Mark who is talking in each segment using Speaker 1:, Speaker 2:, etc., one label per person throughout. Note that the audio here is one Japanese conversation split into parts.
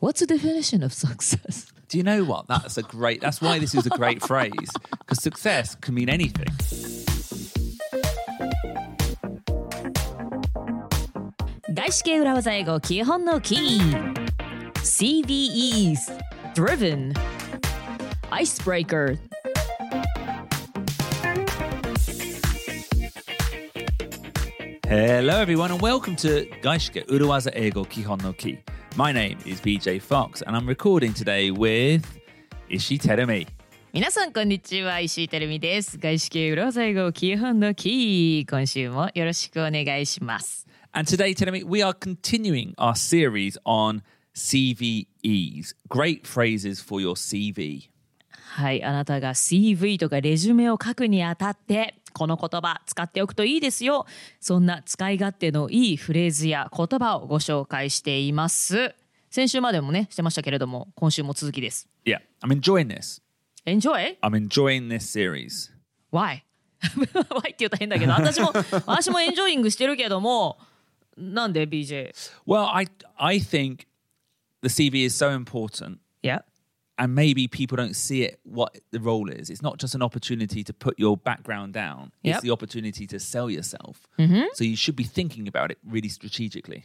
Speaker 1: What's the definition of success?
Speaker 2: Do you know what? That's a great. That's why this is a great phrase because success can mean anything.
Speaker 1: 外資系裏技英語基本のキー CVEs Driven Icebreaker
Speaker 2: ヘ e l l o everyone, and welcome to 外資系裏技英語基本のキー My name is BJ Fox, and I'm recording today with Ishi Terumi.
Speaker 1: 皆さんこんにちは石井てるみです外資系裏技英語基本のキー今週もよろしくお願いします
Speaker 2: And today, Terumi, we are continuing our series on CVEs, great phrases for your CV.
Speaker 1: はいあなたが CV とかレジュメを書くにあたってこの言葉使っておくといいですよそんな使い勝手のいいフレーズや言葉をご紹介しています先週までもねしてましたけれども今週も続きです
Speaker 2: Yeah, I'm enjoying this.
Speaker 1: Enjoy?
Speaker 2: I'm enjoying this series.
Speaker 1: Why? Why って言うと変だけど私も私もエンジョイングしてるけどもなんで BJ?
Speaker 2: Well, I I think the CV is so important,
Speaker 1: いや
Speaker 2: and maybe people don't see it what the role is. It's not just an opportunity to put your background down;
Speaker 1: Yep. Mm-hmm.
Speaker 2: it's the opportunity to sell yourself. So you should be thinking about it really strategically.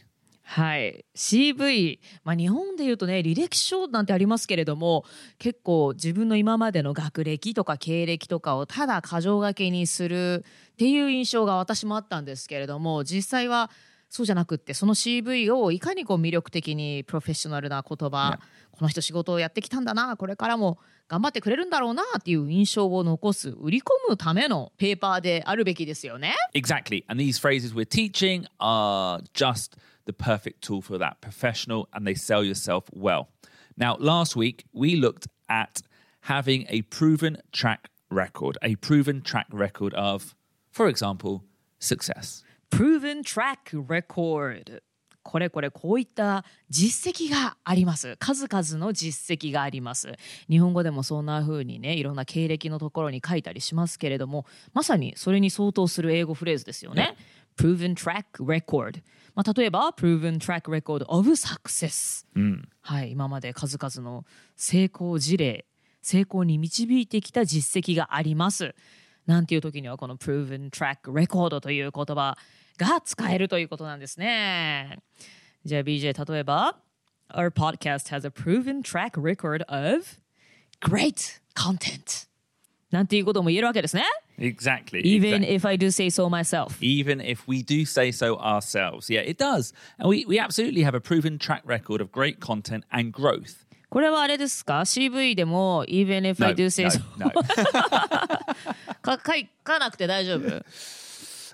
Speaker 1: はい CV、まあ、日本でいうとね履歴書なんてありますけれども結構自分の今までの学歴とか経歴とかをただ箇条書きにするっていう印象が私もあったんですけれども実際はそうじゃなくってその CV をいかにこう魅力的にプロフェッショナルな言葉、この人仕事をやってきたんだなこれからも頑張ってくれるんだろうなっていう印象を残す売り込むためのペーパーであるべきですよね。
Speaker 2: Exactly, and these phrases we're teaching are just the perfect tool for that professional, and they sell yourself well. Now, last week we looked at having a proven track record, a proven track record of, for example, success.
Speaker 1: proven track record これこれこういった実績があります数々の実績があります日本語でもそんな風にねいろんな経歴のところに書いたりしますけれどもまさにそれに相当する英語フレーズですよね proven track record まあ例えば proven track record of success、はい今まで数々の成功事例成功に導いてきた実績がありますなんていう時にはこの proven track record という言葉が使えるということなんですね。じゃあ BJ 例えば Our podcast has a proven track record of great content なんていうことも言えるわけですね。
Speaker 2: Exactly.
Speaker 1: Even
Speaker 2: exactly.
Speaker 1: if I do say so myself.
Speaker 2: even if we do say so ourselves. Yeah, it does. And we, we absolutely have a proven track record of great content and growth.
Speaker 1: これはあれですか ?CV でも Even if I do say so
Speaker 2: no,
Speaker 1: か 書かなくて大丈 夫
Speaker 2: no.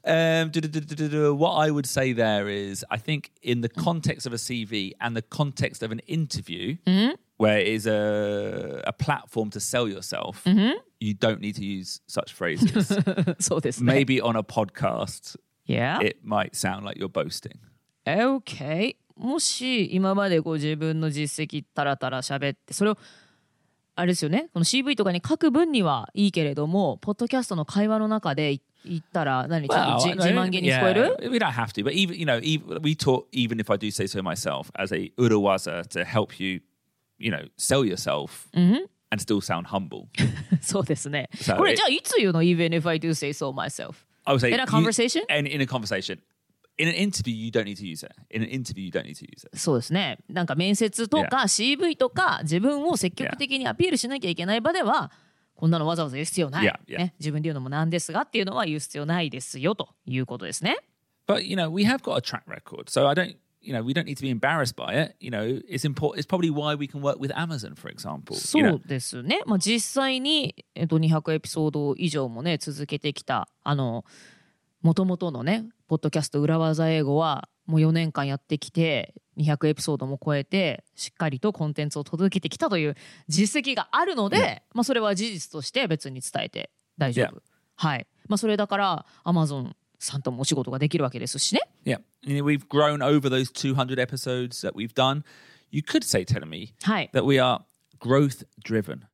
Speaker 2: um, du-du-du-du-du-du. what I would say there is, I think in the context of a CV and the context of an interview,
Speaker 1: Mm-hmm.
Speaker 2: where it is a, a platform to sell yourself,
Speaker 1: Mm-hmm.
Speaker 2: you don't need to use such phrases.
Speaker 1: そうですね。
Speaker 2: Maybe on a podcast,
Speaker 1: Yeah?
Speaker 2: it might sound like you're boasting.
Speaker 1: OK もし今までご自分の実績たらたら喋ってそれをあれですよねこの CV とかに書く分にはいいけれどもポッドキャストの会話の中で言ったら何ちょっとじ
Speaker 2: I
Speaker 1: 自
Speaker 2: don't-
Speaker 1: 慢げに聞こえる
Speaker 2: yeah, We don't have to, but even you know, even, we taught even if I do say so myself as a urawaza to help you, you know, sell yourself
Speaker 1: Mm-hmm.
Speaker 2: and still sound humble.
Speaker 1: そうですね
Speaker 2: So
Speaker 1: これ
Speaker 2: it-
Speaker 1: じゃあいつ言うの Even if I do say so myself
Speaker 2: I would say
Speaker 1: In a
Speaker 2: you-
Speaker 1: conversation?
Speaker 2: and in a conversation, in an interview, you don't need to use it. In an interview, you don't need to use it.
Speaker 1: そうですねなんか面接とか CV とか自分を積極的にアピールしなきゃいけない場ではこんなのわざわざ言う必要ない
Speaker 2: Yeah, yeah.
Speaker 1: ね自分で言うのもなんですがっていうのは言う必要ないですよということですね
Speaker 2: But you know, we have got a track record, so I don't. You know, we don't need to be embarrassed by it. You know, it's important. It's probably why we can work with Amazon, for example.
Speaker 1: そ
Speaker 2: you know.
Speaker 1: うですね、まあ、実際に、えっと、200エピソード以上もね続けてきたあのもともとのねポッドキャスト裏技英語はもう4年間やってきて200エピソードも超えてしっかりとコンテンツを届けてきたという実績があるので、まあ、それは事実として別に伝えて大丈夫。
Speaker 2: Yeah.
Speaker 1: はいまあ、それだからアマゾンさんともお仕事ができるわけですしね。
Speaker 2: Yeah. You know, we've grown over those 200 episodes that we've done. You could say, telling me,
Speaker 1: Hi.
Speaker 2: that we are growth driven.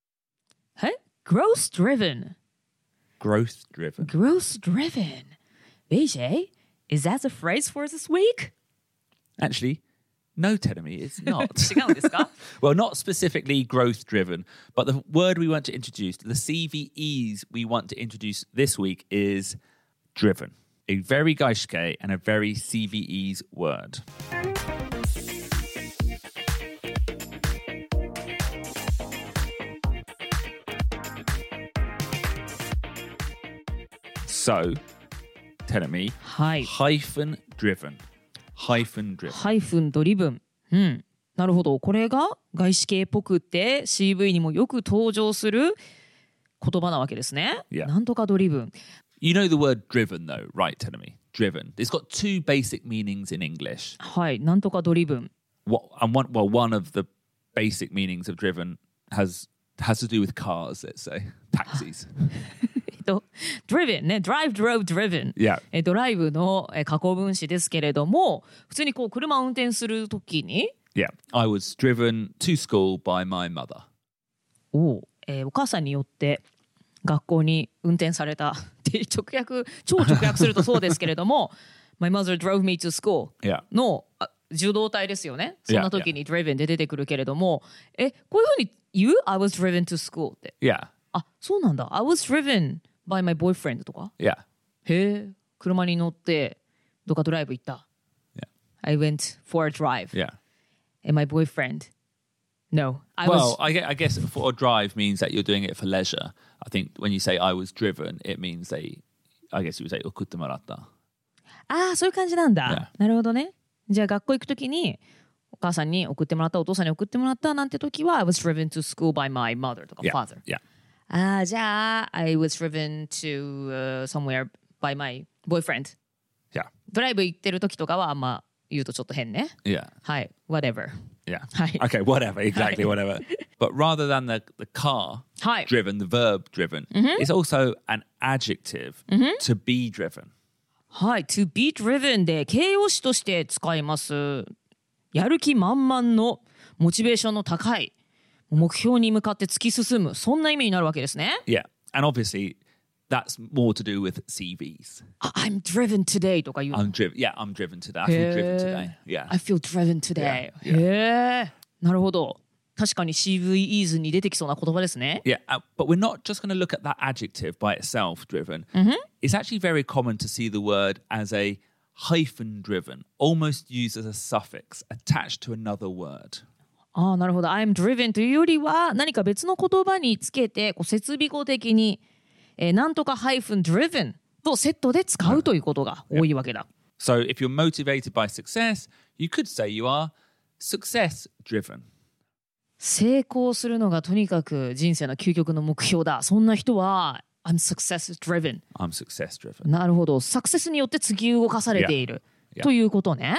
Speaker 1: え Growth driven
Speaker 2: Growth driven.
Speaker 1: Growth driven. BJ, is that the phrase for this week?
Speaker 2: Actually, No, Tedemy, it's not.
Speaker 1: 違うんですか
Speaker 2: well, not specifically growth driven, but the word we want to introduce, the CVEs we want to introduce this week is driven. A very Gaishke and a very CVEs word. So, tell me,
Speaker 1: はい。
Speaker 2: hyphen driven, hyphen driven.
Speaker 1: ハイフンドリブン。うん。なるほど。これが外資系っぽくって CV にもよく登場する言葉なわけですね。
Speaker 2: Yeah.
Speaker 1: なんとかドリブン。
Speaker 2: You know the word driven, though, right, Tenemy? Driven. It's got two basic meanings in English.
Speaker 1: はい。なんとかドリブン。
Speaker 2: What and one? Well, one of the basic meanings of driven has has to do with cars. Let's say taxis.
Speaker 1: えっと、driven ね。drive, drove, driven。
Speaker 2: yeah.
Speaker 1: えドライブのえ過去分詞ですけれども普通にこう車を運転するときに
Speaker 2: Yeah. I was driven to school by my mother.
Speaker 1: お,、えーお母さんによって学校に運転された って直訳超直訳するとそうですけれども 「My mother drove me to school
Speaker 2: Yeah.
Speaker 1: の」あ受動体ですよねそんな時に「driven」で出てくるけれどもえこういうふうに言う「I was driven to school」って
Speaker 2: Yeah.
Speaker 1: あそうなんだ「I was driven by my boyfriend」とか
Speaker 2: Yeah.
Speaker 1: へえ車に乗ってどっかドライブ行った、
Speaker 2: Yeah.
Speaker 1: I went for a drive
Speaker 2: Yeah.
Speaker 1: and my boyfriend. No, I
Speaker 2: Well,
Speaker 1: was
Speaker 2: I guess, I guess for a drive means that you're doing it for leisure. I think when you say I was driven, it means they. I guess you would say okuttamarata.
Speaker 1: ああそういう感じなんだ。なるほどね。じゃあ学校行くときにお母さんに送ってもらったお父さんに送ってもらったなんて時は I was driven to school by my mother とか
Speaker 2: Yeah.
Speaker 1: father。
Speaker 2: Yeah.
Speaker 1: ああじゃあ I was driven to、uh, somewhere by my boyfriend。
Speaker 2: Yeah.
Speaker 1: ドライブ行ってる時とかはあんま言うとちょっと変ね。
Speaker 2: Yeah.
Speaker 1: はい。Whatever。
Speaker 2: Yeah.
Speaker 1: Hi.
Speaker 2: Okay, whatever, exactly, whatever. But rather than the, the car
Speaker 1: Hi.
Speaker 2: driven, the verb driven, it's also an adjective to be driven.
Speaker 1: はい。to be driven で形容詞として使います。やる気満々のモチベーションの高い目標に向かって突き進むそんな意味になるわけですね。
Speaker 2: Yeah. And obviously, that's more to do with CVs.
Speaker 1: I- I'm driven today とか言うの。
Speaker 2: I'm driven. Yeah, I'm driven today. I feel driven today. Yeah.
Speaker 1: I feel driven today. へえ。なるほど。確かに CVEs に出てきそうな言葉ですね。
Speaker 2: Yeah, uh, but we're not just going to look at that adjective by itself, driven. It's actually very common to see the word as a hyphen driven, almost used as a suffix attached to another word.
Speaker 1: ああ、なるほど。I'm driven というよりは何か別の言葉につけてこう設備語的に、えーなんとか -driven とセットで使うということが多いわけだ。
Speaker 2: So if you're motivated by success, you could say you are success driven.
Speaker 1: 成功するのがとにかく人生の究極の目標だ。そんな人は I'm success driven。
Speaker 2: I'm success driven.
Speaker 1: なるほど。サクセスによって突き動かされている
Speaker 2: Yeah.
Speaker 1: ということね。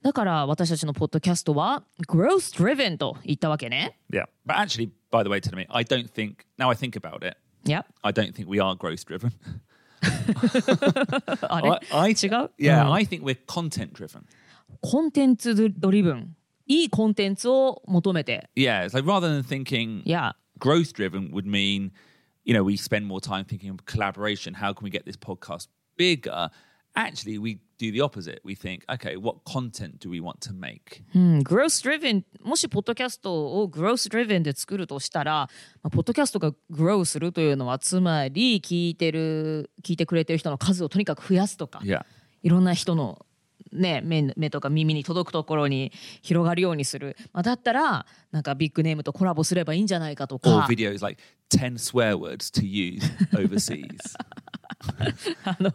Speaker 1: だから私たちのポッドキャストは growth driven と言ったわけね。
Speaker 2: Yeah. But actually, by the way, tell me, I don't think now I think about it,
Speaker 1: いや、
Speaker 2: I don't think we are growth driven.
Speaker 1: あれ
Speaker 2: I, I
Speaker 1: 違う
Speaker 2: Yeah,
Speaker 1: うん
Speaker 2: I think we're content driven.
Speaker 1: コンテンツドリブン。いいコンテンツを求めて。
Speaker 2: Yeah, it's like rather than thinking
Speaker 1: いや、
Speaker 2: growth driven would mean, you know, we spend more time thinking of collaboration. How can we get this podcast bigger? Actually, we do the opposite. We think, okay, what content do we want to make?
Speaker 1: うん、growth driven もしポッドキャストを growth driven で作るとしたら、まあ、ポッドキャストが grow するというのはつまり聞いてる聞いてくれてる人の数をとにかく増やすとか、
Speaker 2: Yeah.
Speaker 1: いろんな人の、ね、目目とか耳に届くところに広がるようにする、まあ、だったらなんかビッグネームとコラボすればいいんじゃないかと
Speaker 2: or
Speaker 1: か
Speaker 2: videos like 10 swear words to use overseas,
Speaker 1: あの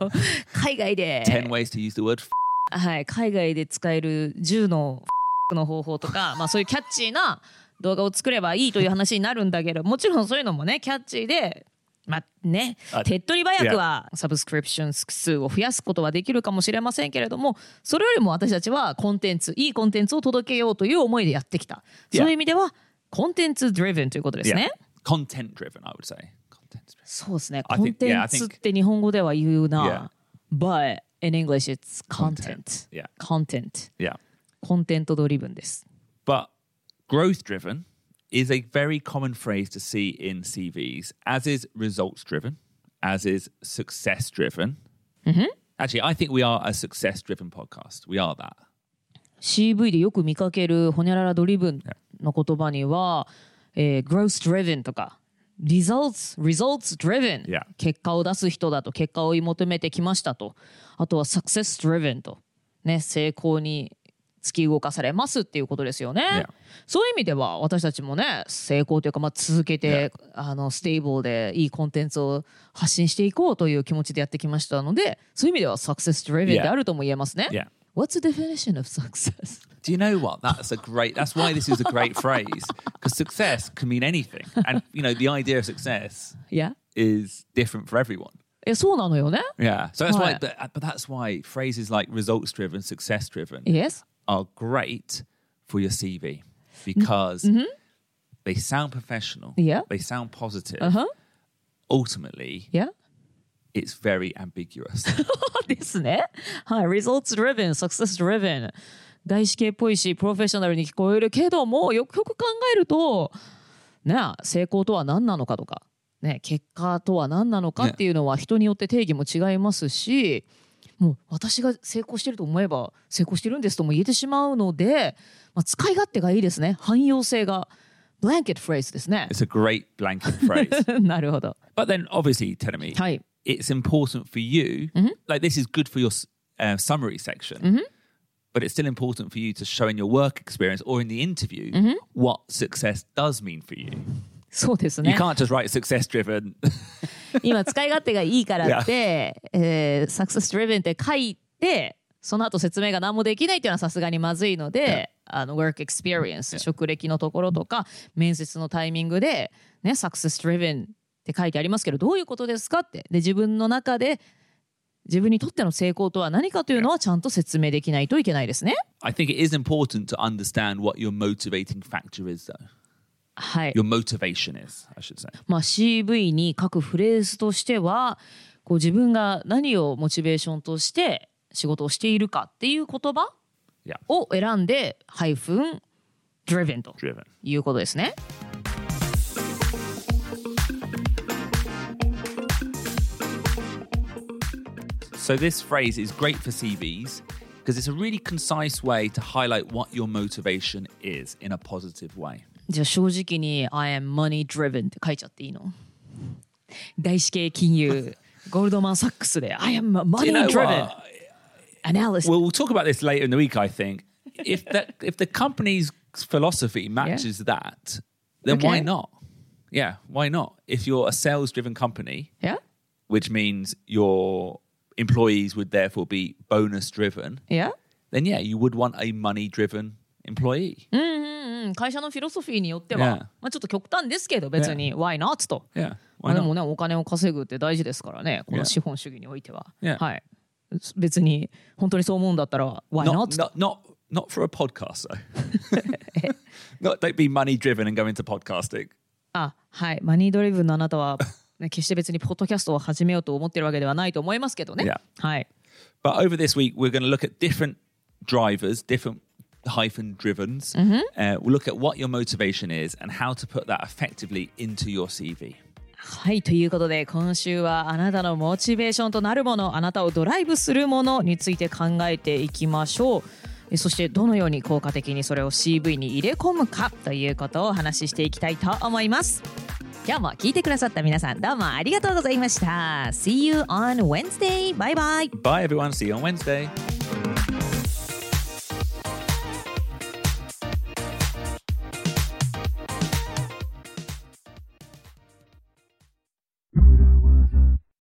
Speaker 1: 海外で、
Speaker 2: 10 ways to use the word. F-
Speaker 1: はい、海外で使える10のの方法とか、まあ、そういうキャッチーな動画を作ればいいという話になるんだけどもちろんそういうのもねキャッチーで。まあね
Speaker 2: あ、
Speaker 1: 手っ取り早くはサブスクリプション数を増やすことはできるかもしれませんけれどもそれよりも私たちはコンテンツいいコンテンツを届けようという思いでやってきたそういう意味ではコンテンツ driven ということですね。
Speaker 2: Content driven, I would say. Content driven.
Speaker 1: そうですね
Speaker 2: I
Speaker 1: コ
Speaker 2: think-
Speaker 1: ンテ
Speaker 2: yeah,
Speaker 1: ン
Speaker 2: I
Speaker 1: ツっ
Speaker 2: think-
Speaker 1: て日本語では言うな。But in English it's
Speaker 2: Content,
Speaker 1: content.
Speaker 2: yeah.
Speaker 1: Content.
Speaker 2: Yeah.
Speaker 1: コンテントドリブンです。
Speaker 2: But growth driven is a very common phrase to see in CVs, as is results driven, as is success driven. Actually, I think we are a success driven podcast. We are that.
Speaker 1: CV でよく見かけるホニャララドリブンの言葉には、えー growth driven とか results results driven、
Speaker 2: Yeah.
Speaker 1: 結果を出す人だと結果を追い求めてきましたとあとは success driven とね成功に突き動かされますっていうことですよね。
Speaker 2: Yeah.
Speaker 1: そういう意味では私たちもね成功というかまあ続けて、あのステーブルでいいコンテンツを発信していこうという気持ちでやってきましたのでそういう意味では success driven
Speaker 2: Yeah.
Speaker 1: であるとも言えますね。
Speaker 2: Yeah.
Speaker 1: What's the definition of success?
Speaker 2: Do you know what? That's a great. That's why this is a great phrase because success can mean anything, and you know the idea of success
Speaker 1: Yeah.
Speaker 2: is different for everyone.
Speaker 1: えそうなのよね。
Speaker 2: Yeah. So that's
Speaker 1: Right.
Speaker 2: why. But, but that's why phrases like results driven, success driven
Speaker 1: Yes.
Speaker 2: are great for your CV because they sound professional.
Speaker 1: Mm-hmm. Yeah.
Speaker 2: They sound positive.
Speaker 1: Uh-huh.
Speaker 2: Ultimately,
Speaker 1: Yeah.
Speaker 2: it's very ambiguous.
Speaker 1: ですね。はい。results driven, success driven。外資系っぽいし、プロフェッショナルに聞こえるけども、よくよく考えると、ね、成功とは何なのかとか、ね、結果とは何なのかっていうのは人によって定義も違いますし、もう私が成功してると思えば成功してるんですとも言えてしまうので、まあ、使い勝手がいいですね。汎用性が。ブランケットフレーズですね。
Speaker 2: it's a great blanket phrase.
Speaker 1: なるほど。
Speaker 2: But then, obviously, Tenemi,
Speaker 1: はい。
Speaker 2: it's important for you.
Speaker 1: Mm-hmm.
Speaker 2: Like this is good for your s- uh, summary section, but it's still important for you to show in your work experience or in the interview
Speaker 1: Mm-hmm.
Speaker 2: what success does mean for you.
Speaker 1: そうです
Speaker 2: You
Speaker 1: ね。
Speaker 2: can't just write success driven.
Speaker 1: 今使い勝手がいいからって、えー、サクセス driven って書いて、その後説明が何もできないっていうのはさすがにまずいので、あの、work experience、職歴のところとか、面接のタイミングで、ね、サクセス driven って書いてありますけど、どういうことですかって。で、自分の中で、自分にとっての成功とは何かというのはちゃんと説明できないといけないですね。
Speaker 2: I think it is important to understand what your motivating factor is, though.
Speaker 1: はい。
Speaker 2: Your motivation is, I should say.
Speaker 1: まあ、CV に書くフレーズとしてはこう自分が何をモチベーションとして仕事をしているかっていう言葉
Speaker 2: Yeah.
Speaker 1: を選んで「ハイフン driven」と
Speaker 2: Driven.
Speaker 1: いうことですね。
Speaker 2: So this phrase is great for CVs because it's a really concise way to highlight what your motivation is in a positive way.
Speaker 1: じゃあ正直に「I am money driven」って書いちゃっていいの外資系金 融ゴールドマン・サックスで「I am money driven
Speaker 2: what?
Speaker 1: analyst」
Speaker 2: Well, we'll talk about this later in the week. I think if that if the company's philosophy matches that, then why
Speaker 1: Okay.
Speaker 2: not? Yeah, why not? If you're a sales-driven company,
Speaker 1: Yeah?
Speaker 2: which means your employees would therefore be bonus-driven,
Speaker 1: Yeah?
Speaker 2: then yeah, you would want a money-driven employee.
Speaker 1: Hmm. うん会社のフィロソフィーによっては、
Speaker 2: Yeah.
Speaker 1: まあ、ちょっと極端ですけど別に「Why not?」と。
Speaker 2: Yeah,
Speaker 1: ま
Speaker 2: why
Speaker 1: あ、で
Speaker 2: not?
Speaker 1: もねお金を稼ぐって大事ですからねこ
Speaker 2: Yeah.
Speaker 1: の資本主義においては、
Speaker 2: Yeah.
Speaker 1: はい別に本当にそう思うんだったら Why not?
Speaker 2: Not, not not not for a podcast though. not don't be money-driven and go into podcasting.
Speaker 1: あはいマニードリブンのあなたは、ね、決して別にポッドキャストを始めようと思ってるわけではないと思いますけどね、
Speaker 2: Yeah.
Speaker 1: はい
Speaker 2: But over this week, we're going to look at different drivers, different hyphen drivens.
Speaker 1: Mm-hmm.
Speaker 2: Uh, we'll look at what your motivation is and how to put that effectively into your CV.
Speaker 1: はいということで今週はあなたのモチベーションとなるものあなたをドライブするものについて考えていきましょうえそしてどのように効果的にそれを CV に入れ込むかということをお話ししていきたいと思います今日も聞いてくださった皆さんどうもありがとうございました See you on Wednesday! Bye bye!
Speaker 2: Bye, everyone. See you on Wednesday.